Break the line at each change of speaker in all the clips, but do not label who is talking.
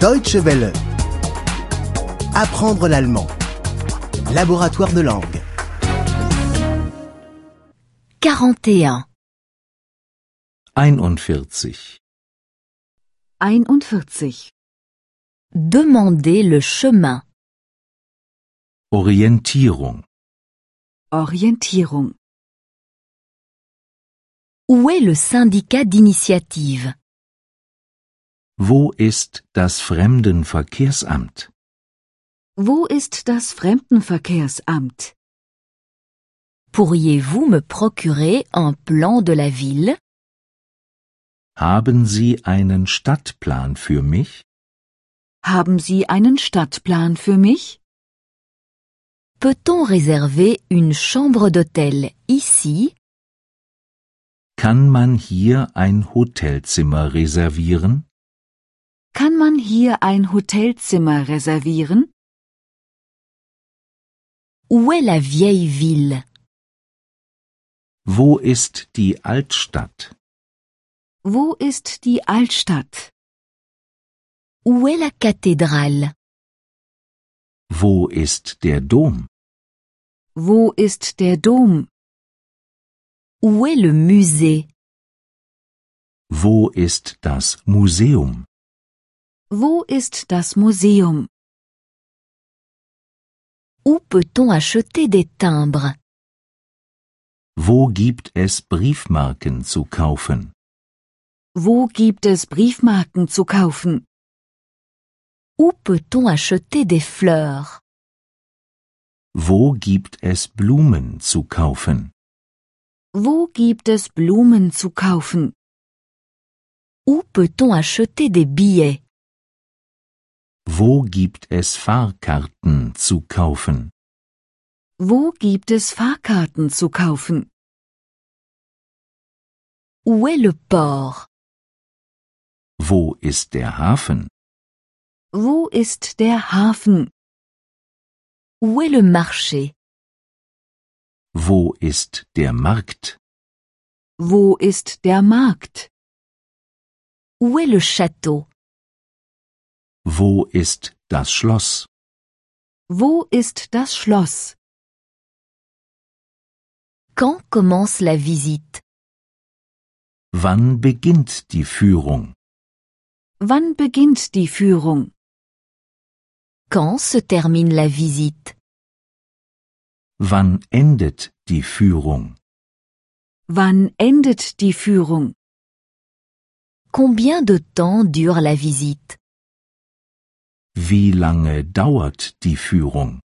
Deutsche Welle. Apprendre l'allemand. Laboratoire de langue.
41.
41.
41.
Demander le chemin.
Orientierung.
Orientierung.
Où est le syndicat d'initiative
Wo ist das Fremdenverkehrsamt?
Wo ist das Fremdenverkehrsamt?
Pourriez-vous me procurer un plan de la ville
Haben Sie einen Stadtplan für mich?
Haben Sie einen Stadtplan für mich?
Peut-on réserver une chambre d'hôtel ici
Kann man hier ein Hotelzimmer reservieren?
Kann man hier ein Hotelzimmer reservieren?
Où est la vieille ville
Wo ist die Altstadt?
Wo ist die Altstadt?
Où est la cathédrale
Wo ist der Dom?
Wo ist der Dom?
Où est le musée
Wo ist das Museum?
Wo ist das Museum?
Où peut-on acheter des timbres
Wo gibt es Briefmarken zu kaufen?
Wo gibt es Briefmarken zu kaufen?
Où peut-on acheter des fleurs
Wo gibt es Blumen zu kaufen?
Wo gibt es Blumen zu kaufen?
Où peut-on acheter des billets
Wo gibt es Fahrkarten zu kaufen?
Wo gibt es Fahrkarten zu kaufen?
Où est le port
Wo ist der Hafen?
Wo ist der Hafen?
Où est le marché
Wo ist der Markt?
Wo ist der Markt?
Où est le château
Wo ist das Schloss?
Wo ist das Schloss?
Quand commence la visite
Wann beginnt die Führung?
Wann beginnt die Führung?
Quand se termine la visite
Wann endet die Führung?
Wann endet die Führung?
Combien de temps dure la visite
Wie lange dauert die Führung?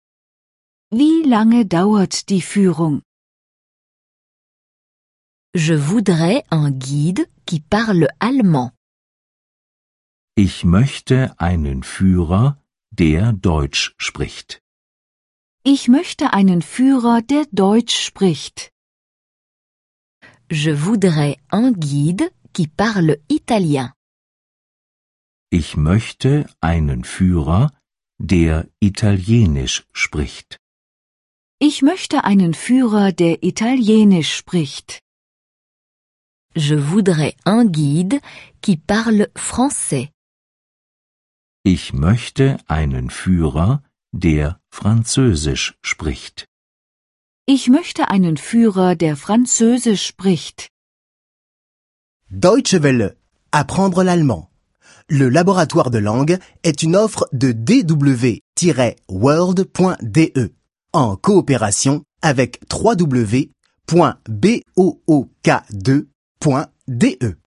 Wie lange dauert die Führung?
Je voudrais un guide qui parle allemand.
Ich möchte einen Führer, der Deutsch spricht.
Ich möchte einen Führer, der Deutsch spricht.
Je voudrais un guide qui parle italien.
Ich möchte einen Führer, der Italienisch spricht.
Ich möchte einen Führer, der Italienisch spricht.
Je voudrais un guide qui parle français.
Ich möchte einen Führer, der Französisch spricht.
Ich möchte einen Führer, der Französisch spricht.
Deutsche Welle. Apprendre l'allemand. Le laboratoire de langue est une offre de dw-world.de E en coopération avec www.book2.de.